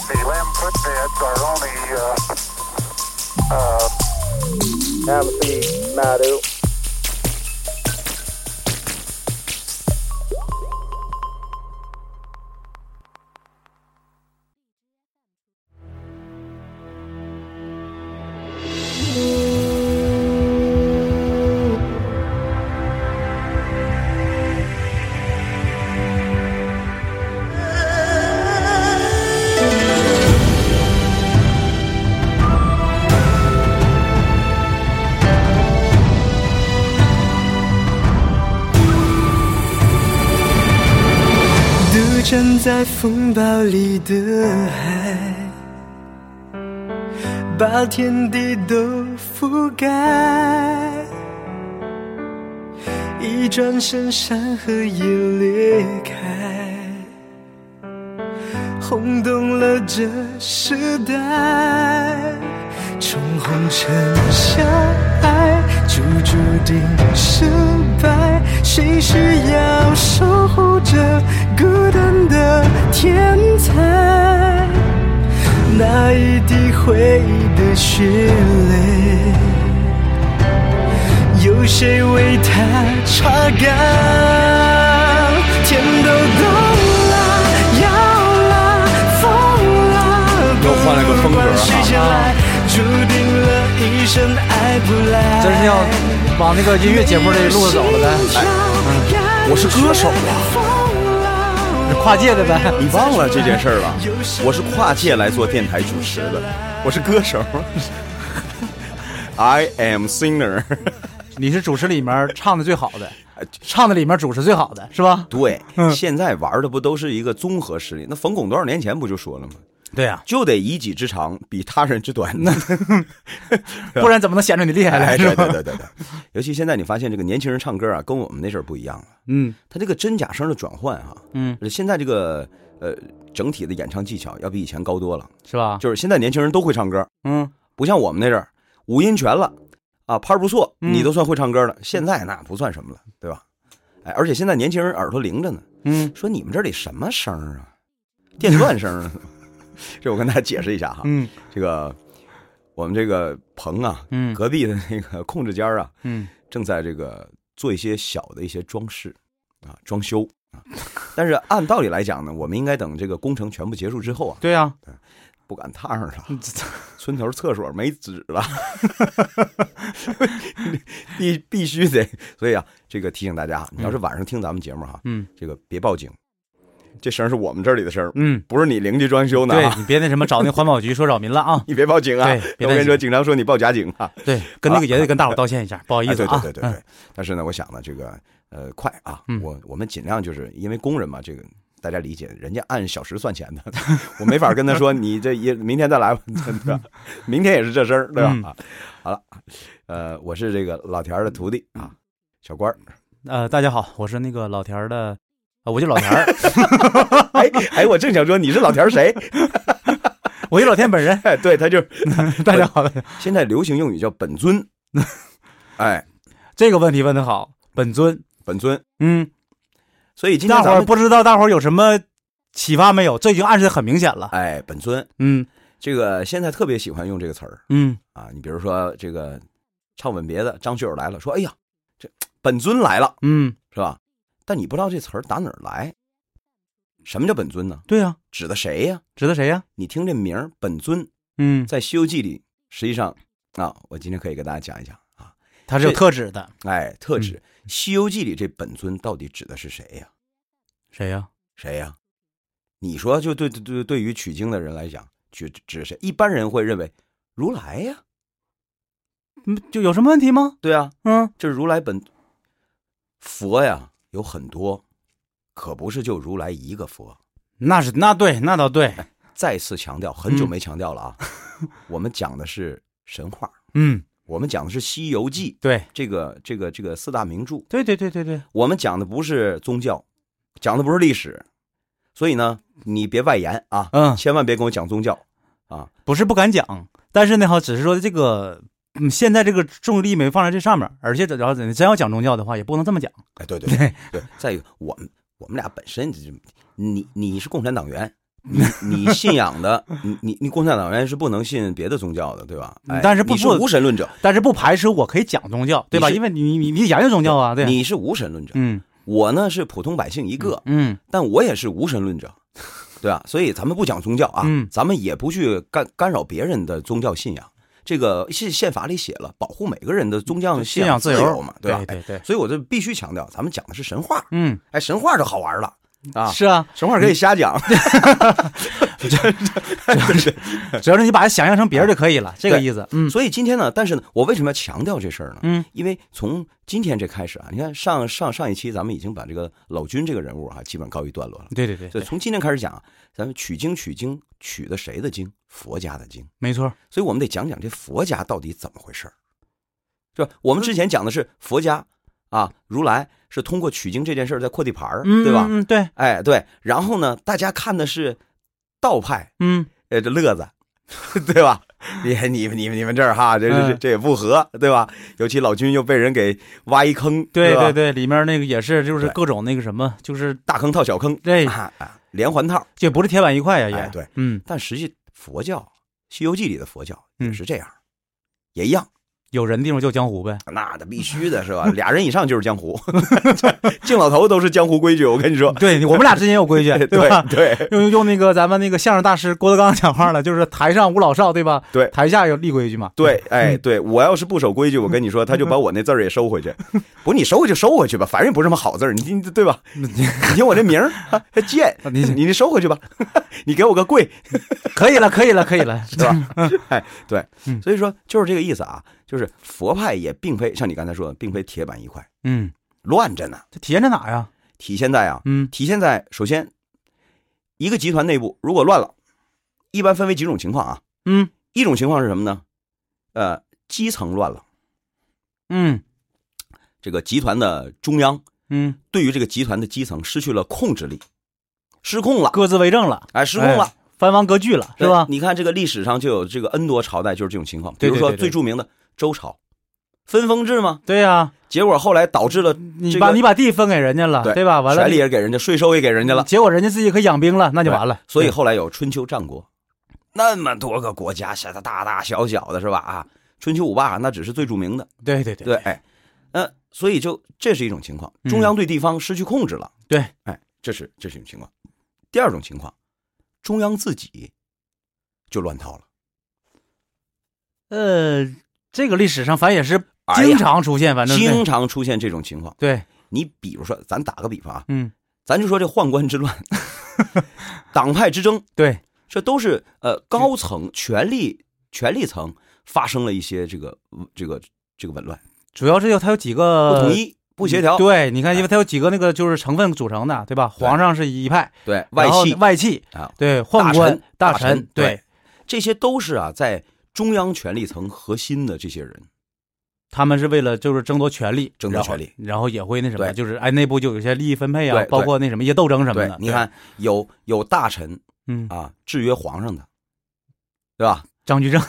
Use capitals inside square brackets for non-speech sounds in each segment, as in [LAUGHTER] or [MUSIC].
quit bids are only, uh, uh, Amity Madu. 独站在风暴里的海，把天地都覆盖。一转身，山河也裂开，轰动了这时代。冲红尘相爱，就注定失败。谁是要守护着孤单的天才？那一滴回忆的血泪，有谁为他擦干？天都动了，摇了，疯了，又换了个风格不啊管谁先来，注定了一生爱不来。真是要往那个音乐节目这路子走了呗，我是歌手啊跨界的呗。你忘了这件事儿了？我是跨界来做电台主持的，我是歌 [LAUGHS] 手。I am singer，你是主持里面唱的最好的，唱的里面主持最好的是吧？ [LAUGHS] 对，嗯现在玩的不都是一个综合实力？那冯巩多少年前不就说了吗？对呀、就得以己之长比他人之短。那不然怎么能显出你厉害 [LAUGHS] 来？哎，是对吧？ [LAUGHS] 对对对对，尤其现在你发现这个年轻人唱歌啊，跟我们那阵儿不一样了。嗯，他这个真假声的转换哈、嗯，现在这个呃整体的演唱技巧要比以前高多了。是吧？就是现在年轻人都会唱歌，嗯，不像我们那阵儿五音全了啊，拍儿不错，嗯你都算会唱歌了。现在那不算什么了，对吧？哎，而且现在年轻人耳朵灵着呢，嗯说你们这里什么声儿啊？电钻声儿啊？ [LAUGHS] 这我跟大家解释一下哈，嗯这个我们这个棚啊，嗯隔壁的那个控制间儿啊，嗯，正在这个做一些小的一些装饰啊，装修啊。但是按道理来讲呢，我们应该等这个工程全部结束之后啊，对呀、不赶趟儿了，嗯 [LAUGHS] 村头厕所没纸了，必必须得。所以啊，这个提醒大家，你要是晚上听咱们节目哈，嗯这个别报警，这声儿是我们这里的声儿，嗯，不是你邻居装修呢啊。对你别那什么找那环保局说扰民了啊！你别报警啊！对别我跟担你心说，警察说你报假警啊！ [LAUGHS] 对，跟那个也得跟大伙道歉一 [LAUGHS] 下，不好意哎，思对啊。对对对对。但是呢，我想呢，这个呃，快啊，嗯我我们尽量就是因为工人嘛，这个大家理解，人家按小时算钱的， [LAUGHS] 我没法跟他说你这也明天再来吧，真的，明天也是这声儿，对吧？嗯啊，好了，呃，我是这个老田儿的徒弟啊，小官儿， [LAUGHS] 嗯呃，大家好，我是那个老田儿的，呃我就老田儿， [LAUGHS] 哎哎，我正想说你是老田儿谁？ [LAUGHS] 我就老田本人。 [LAUGHS] 哎，对，他就是大家好，现在流行用语叫本 [LAUGHS] 尊，哎，这个问题问的好，本尊。本尊。嗯，所以今天大伙咱儿们不知道大伙儿有什么启发没有？这已经暗示得很明显了。哎，本尊嗯这个现在特别喜欢用这个词儿，嗯，啊，你比如说这个唱吻别的张学友来了，说哎呀，这本尊来了，嗯，是吧？但你不知道这词儿打哪儿来，什么叫本尊呢？对呀、指的谁呀、指的谁呀、你听这名儿本尊，嗯，在《西游记》里，实际上啊，我今天可以给大家讲一讲啊，它是有这特指的。哎，特指《西游记》里这本尊到底指的是谁呀、谁呀、谁呀、你说，就对对对，对于取经的人来讲，指指谁？一般人会认为如来呀、嗯，就有什么问题吗？对啊，嗯这如来本佛呀，有很多，可不是就如来一个佛。，那是那对，那倒对。再次强调，很久没强调了啊，我们讲的是神话， [LAUGHS] 嗯，我们讲的是《西游记》对，这个这个这个四大名著，对对对对对，我们讲的不是宗教，讲的不是历史，所以呢，你别外延啊，嗯千万别跟我讲宗教。不是不敢讲，但是呢，哈，只是说这个，嗯，现在这个重力没放在这上面，而且只要真要讲宗教的话，也不能这么讲。哎，对对对，对，再一个，我们我们俩本身就，你你是共产党员， [LAUGHS] 你你信仰的，你你你共产党员是不能信别的宗教的，对吧？哎、嗯但是不你是无神论者，但是不排斥我可以讲宗教，对吧？你是因为你你你研究宗教啊，对，你是无神论者，嗯我呢是普通百姓一个，嗯但我也是无神论 [LAUGHS] 者，对吧？所以咱们不讲宗教啊，嗯咱们也不去干干扰别人的宗教信仰。这个是宪法里写了，保护每个人的宗教嗯信仰仰自由由嘛，吧？对对对哎所以我就必须强调，咱们讲的是神话，嗯，哎，神话就好玩了啊，是啊，神话可以瞎讲，只要是你把它想象成别人就可以了，这个对意思，嗯 [LAUGHS] 所以今天呢，但是呢，我为什么要强调这事儿呢？嗯，因为从今天这开始啊，你看上上上一期咱们已经把这个老君这个人物啊，基本告一段落了。对对对所以，对从今天开始讲啊，咱们取经取经取的谁的经？佛家的经。没错，所以我们得讲讲这佛家到底怎么回事儿，是吧？我们之前讲的是佛家啊，如来是通过取经这件事儿在扩地盘儿，嗯对吧？嗯嗯对，哎，对。然后呢，大家看的是道派，嗯呃，这乐子， [LAUGHS] 对吧？你你们你们你们这儿哈，这这这嗯这也不合，对吧？尤其老君又被人给挖一坑，对吧对对，里面那个也是就是对各种那个什么，就是大坑套小坑，对，啊啊连环套。这不是铁板一块呀也，哎对，嗯但实际佛教《西游记》里的佛教也嗯是这样，也一样，有人的地方就江湖呗，那的必须的是吧？俩人以上就是江湖， [LAUGHS] 敬老头都是江湖规矩，我跟你说，对我们俩之间有规矩，对吧？对 [LAUGHS] 用用那个咱们那个相声大师郭德纲讲话了，就是台上无老少，对吧？对台下有立规矩嘛。对，哎嗯对，我要是不守规矩，我跟你说，他就把我那字儿也收回 [LAUGHS] 去。不是你收回去收回去吧，反正也不是什么好字儿，你你对吧？你听我这名儿，啊贱，[LAUGHS] 啊你你你收回去吧，你给我个贵，可以了，可以了，可以了。是吧？哎，对，嗯所以说就是这个意思啊，就是佛派也并非像你刚才说的，并非铁板一块，嗯，乱着呢。这体现在哪呀？体现在啊，嗯体现在首先，一个集团内部如果乱了，一般分为几种情况啊。嗯一种情况是什么呢？呃，基层乱了，嗯这个集团的中央嗯，对于这个集团的基层失去了控制力，失控了，各自为政了，哎，失控了。哎，藩王割据了，是吧对？你看这个历史上就有这个 N 多朝代就是这种情况，比对如对说对对最著名的周朝，分封制嘛，对呀，结果后来导致了你这把个你把地分给人家了，对啊对吧？完了嗯权，力也给人家，税收也给人家了，结果人家自己可以养兵了，那就完了。所以后来有春秋战国，那么多个国家，啥的大大小小的是吧？啊，春秋五霸那只是最著名的，对对对对，哎，呃，所以就这是一种情况，嗯中央对地方失去控制了，对，哎，这是这是一种情况。第二种情况，中央自己就乱套了，呃，这个历史上反正也是哎呀经常出现，反正经常出现这种情况。对，你比如说，咱打个比方啊，嗯咱就说这宦官之乱、 [LAUGHS] 党派之争，对，这都是呃高层权力权力层发生了一些这个这个这个紊乱，主要是有它有几个不统呃一、不协调，哎对，你看，因为它有几个那个就是成分组成的，对吧？皇上是一派，对然外后戚外戚啊，对，宦官、大臣大大臣对对这些都是啊在中央权力层核心的这些人，他们是为了就是争夺权力，争夺权力然后，然后也会那什么，对就是哎，内部就有一些利益分对配啊对，包括那什么一些斗争什么对的。，你对，看有有大臣嗯，啊制约皇上的，对吧？张居正，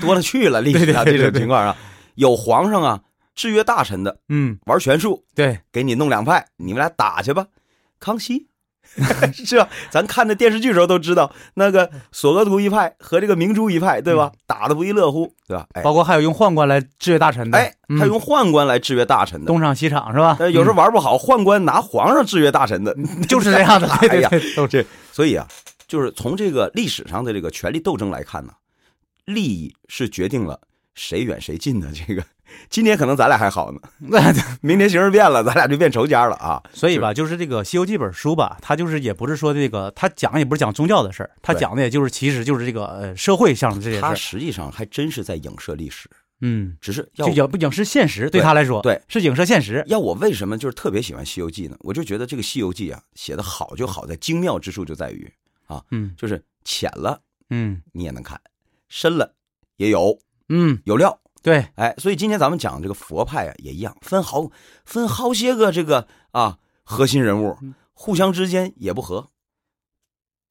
多了去了历史上对这对对对种情况啊，有皇上啊制约大臣的嗯，玩权术，对，给你弄两派，你们俩打去吧。康熙 [LAUGHS] 是吧？咱看那电视剧时候都知道，那个嗯索额图一派和这个明珠一派，对吧？打的不亦乐乎，对吧？哎包括还有用宦官来制约大臣的，哎，嗯还用宦官来制约大臣的，东厂西厂是吧？呃，有时候玩不好，宦官拿皇上制约大臣的，嗯 [LAUGHS] 就是这样的哎，对呀对对，斗争，所以啊，就是从这个历史上的这个权力斗争来看呢，利益是决定了谁远谁近的。这个今天可能咱俩还好呢， [LAUGHS] 明天形势变了，咱俩就变仇家了啊。所以吧，就是这个《西游记》本书吧，它就是也不是说这个，它讲也不是讲宗教的事儿，它对讲的也就是其实就是这个呃社会上的这些事他儿，实际上还真是在影射历史，嗯。只是要就影不影视现实，对对他来说，对是影射现实。要我为什么就是特别喜欢《西游记》呢？我就觉得这个《西游记啊》写的好就好在精妙之处就在于，嗯就是浅了嗯你也能看，深了也有嗯，有料。对，哎，所以今天咱们讲这个佛派啊，也一样，分好分好些个这个啊核心人物，嗯互相之间也不和，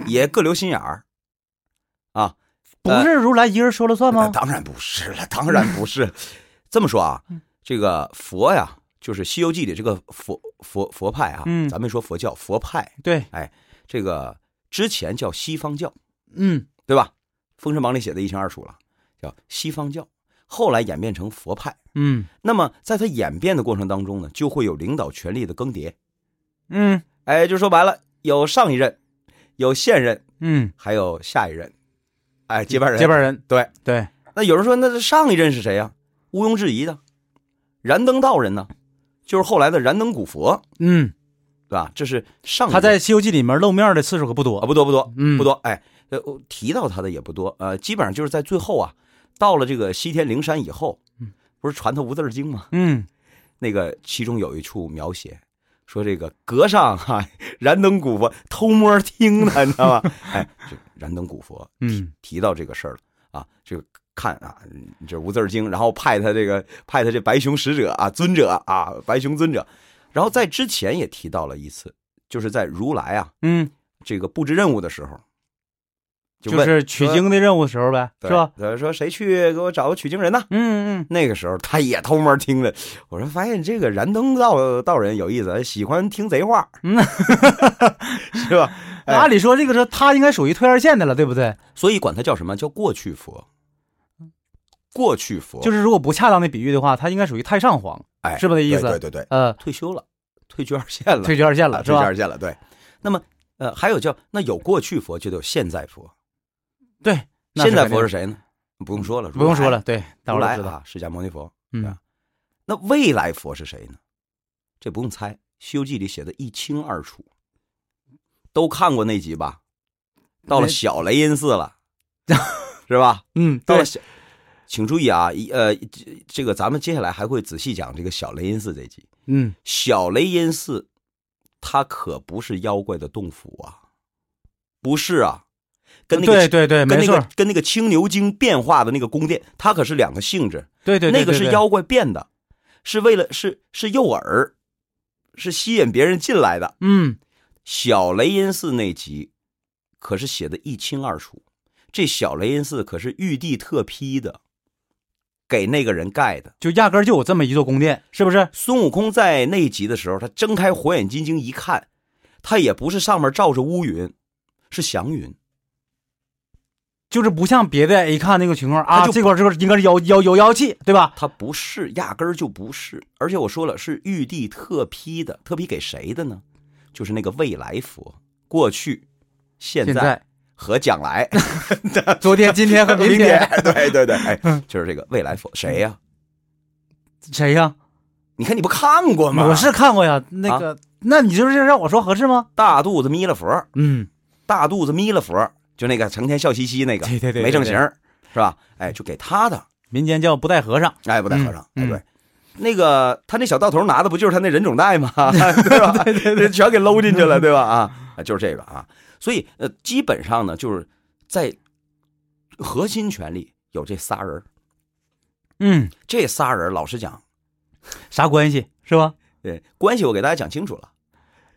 也各留心眼儿啊。不是如来一人说了算那吗？当然不是了， [LAUGHS] 当然不是了。这么说啊，嗯这个佛呀，就是《西游记》里这个佛佛佛派啊，嗯咱们说佛教佛派，对，这个之前叫西方教，嗯对吧？《封神榜》里写的一清二楚了，叫西方教，后来演变成佛派。嗯那么在它演变的过程当中呢，就会有领导权力的更迭。嗯哎，就说白了，有上一任，有现任，嗯，还有下一任，哎，接班人。接班人，对对，那有人说，那上一任是谁呀、毋庸置疑的，燃灯道人呢，就是后来的燃灯古佛，嗯，对吧？这是上一他在任《西游记》里面露面的次数可不啊，多，不多不多，嗯，不，多，哎，呃，我提到他的也不多，呃，基本上就是在最后啊，到了这个西天灵山以后嗯，不是传他无字儿经吗？嗯那个其中有一处描写说这个和尚哈、 [LAUGHS] 燃灯古佛偷摸听的，你知道吗？ [LAUGHS] 哎，这燃灯古佛嗯提到这个事儿了啊，这个看啊，嗯这无字儿经，然后派他这个派他这白熊使者啊，尊者啊，白熊尊者，然后在之前也提到了一次，就是在如来啊嗯，这个布置任务的时候，就问是取经的任务时候呗，是对吧？？对，说谁去给我找个取经人呢？嗯嗯那个时候他也偷摸听了，我说发现这个燃灯道道人有意思，喜欢听贼话，嗯 [LAUGHS] 是吧？嗯，按理说这个时候他应该属于退二线的了，对不对？所以管他叫什么叫过去佛，过去佛就是如果不恰当的比喻的话，他应该属于太上皇，哎是不是这意对对思对对，呃，退休了，退居二线了，退居二线啊了，是退居吧二？线了，对。那么呃，还有叫那有过去佛，就得有现在佛，对，那现在肯定嗯佛是谁呢？不用说了，不用说了，了，对，大如伙来儿都知道，啊，释迦牟尼佛。嗯那未来佛是谁呢？这不用猜，《西游记》里写的一清二楚，都看过那集吧？到了那小雷音寺了，是吧？嗯，到 [LAUGHS] 对了，小，请注意啊，一呃，这这个咱们接下来还会仔细讲这个小雷音寺这集。嗯，小雷音寺，它可不是妖怪的洞府啊，不是啊，跟那个对对对，跟那没错，个跟那个青牛精变化的那个宫殿，它可是两个性质。对对，那对个对是对妖怪变的，是为了是是诱饵，是吸引别人进来的。嗯，小雷音寺那集可是写的一清二楚，这小雷音寺可是玉帝特批的，给那个人盖的。就压根儿就有这么一座宫殿，是不是？孙悟空在那一集的时候，他睁开火眼金睛一看，他也不是上面罩着乌云，是祥云。就是不像别的，一看那个情况啊，就这块儿这块儿应该是妖妖有妖气，对吧？他不是，压根儿就不是。而且我说了，是玉帝特批的，特批给谁的呢？就是那个未来佛，过去、现现在和将 [LAUGHS] 来、[LAUGHS] 昨天、今天和明天天，。对对对，哎，嗯就是这个未来佛，谁呀、谁呀？你看你不看过吗？我是看过呀，啊那个，那你就是让我说合适吗？大肚子弥勒佛，嗯，大肚子弥勒佛，就那个成天笑嘻嘻那个，对对对对没正对形儿是吧？哎，就给他的，民间叫不带和尚，哎，不带和尚，嗯哎嗯对。那个他那小道头拿的不就是他那人种袋 [LAUGHS] 吗？对吧？对对对，全给搂进去了，对吧？啊，啊就是这个啊。所以呃，基本上呢，就是在核心权力有这仨人儿，嗯，这仨人儿老实讲，啥关系是吧？对关系我给大家讲清楚了，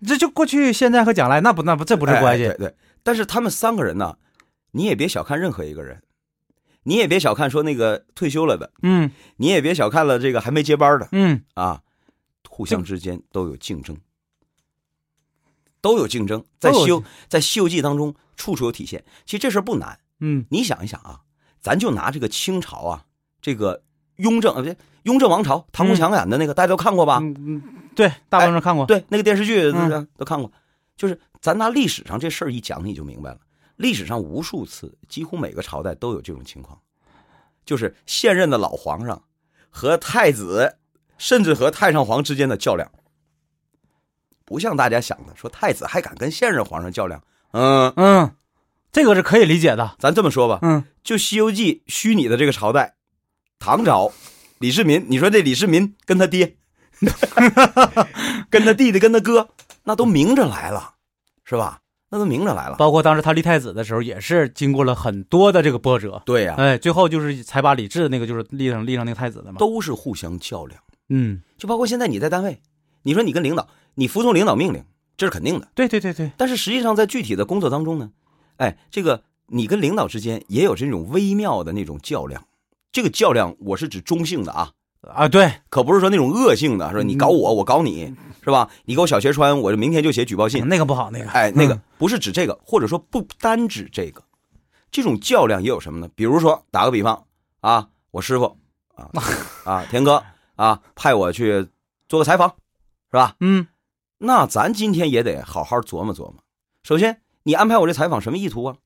这就过去、现在和将来，那不那不这不是哎关哎系，对对。但是他们三个人呢，你也别小看任何一个人，你也别小看说那个退休了的，嗯你也别小看了这个还没接班的，嗯，啊，互相之间都有竞争，都有竞争，都在有《西游》在《西游记》当中处处有体现。其实这事儿不难，嗯你想一想啊，咱就拿这个清朝啊，这个雍正呃，不是雍正王朝，唐国强演的那个，大家都看过吧？嗯嗯，对，大观众看过，对，那个电视剧、嗯都看过。就是咱拿历史上这事儿一讲，你就明白了。历史上无数次，几乎每个朝代都有这种情况，就是现任的老皇上和太子，甚至和太上皇之间的较量，不像大家想的说太子还敢跟现任皇上较量。嗯，嗯，这个是可以理解的，咱这么说吧，嗯，就《西游记》虚拟的这个朝代，唐朝，李世民，你说这李世民跟他爹、 [LAUGHS] 跟他弟弟、跟他哥，那都明着来了，是吧？那都明着来了。包括当时他立太子的时候，也是经过了很多的这个波折，对呀、哎，最后就是才把李治那个就是立上立上那个太子的嘛，都是互相较量。嗯，就包括现在你在单位，你说你跟领导，你服从领导命令，这是肯定的。对对对对，但是实际上在具体的工作当中呢，哎，这个你跟领导之间也有这种微妙的那种较量。这个较量，我是指中性的啊，啊对，可不是说那种恶性的，说你搞我，我搞你，是是吧？你给我小鞋穿，我就明天就写举报信。那个不好，那个哎，那个嗯不是指这个，或者说不单指这个，这种较量也有什么呢？比如说，打个比方啊，我师傅啊啊，田哥啊，派我去做个采访，是吧？嗯那咱今天也得好好琢磨琢磨。首先，你安排我这采访什么意图啊？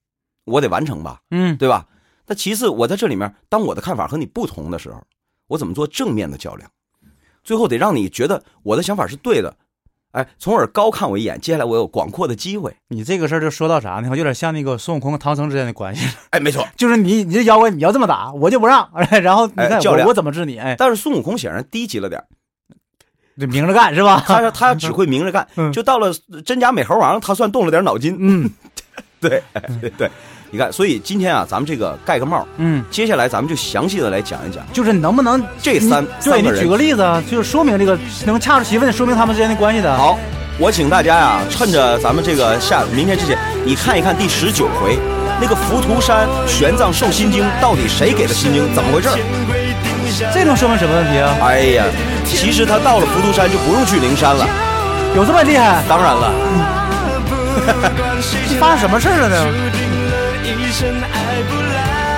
我得完成吧，嗯对吧？那其次，我在这里面，当我的看法和你不同的时候，我怎么做正面的较量？最后得让你觉得我的想法是对的，哎，从而高看我一眼。接下来我有广阔的机会。你这个事儿就说到啥呢？有点像那个孙悟空和唐僧之间的关系，哎，没错。就是你你这妖怪你要这么打，我就不让， [LAUGHS] 然后你哎看较量我我怎么治你？哎，但是孙悟空显然低级了点 [LAUGHS] 儿，就明着干是吧？他他只会明着干，嗯就到了真假美猴王，他算动了点脑筋。 [LAUGHS] 嗯对，哎对对，你看，所以今天啊，咱们这个盖个帽，嗯，接下来咱们就详细的来讲一讲就是能不能这三你对三你个人举个例子，啊就是说明这个能恰如其分地说明他们之间的关系的。，啊好，我请大家呀、趁着咱们这个下明天之前，你看一看第十九回，那个浮屠山玄奘受心经，到底谁给的心经？怎么回事儿？这能说明什么问题啊？哎呀，其实他到了浮屠山就不用去灵山了。有这么厉害？当然了，发生什么事儿了呢？注定了一生爱不来。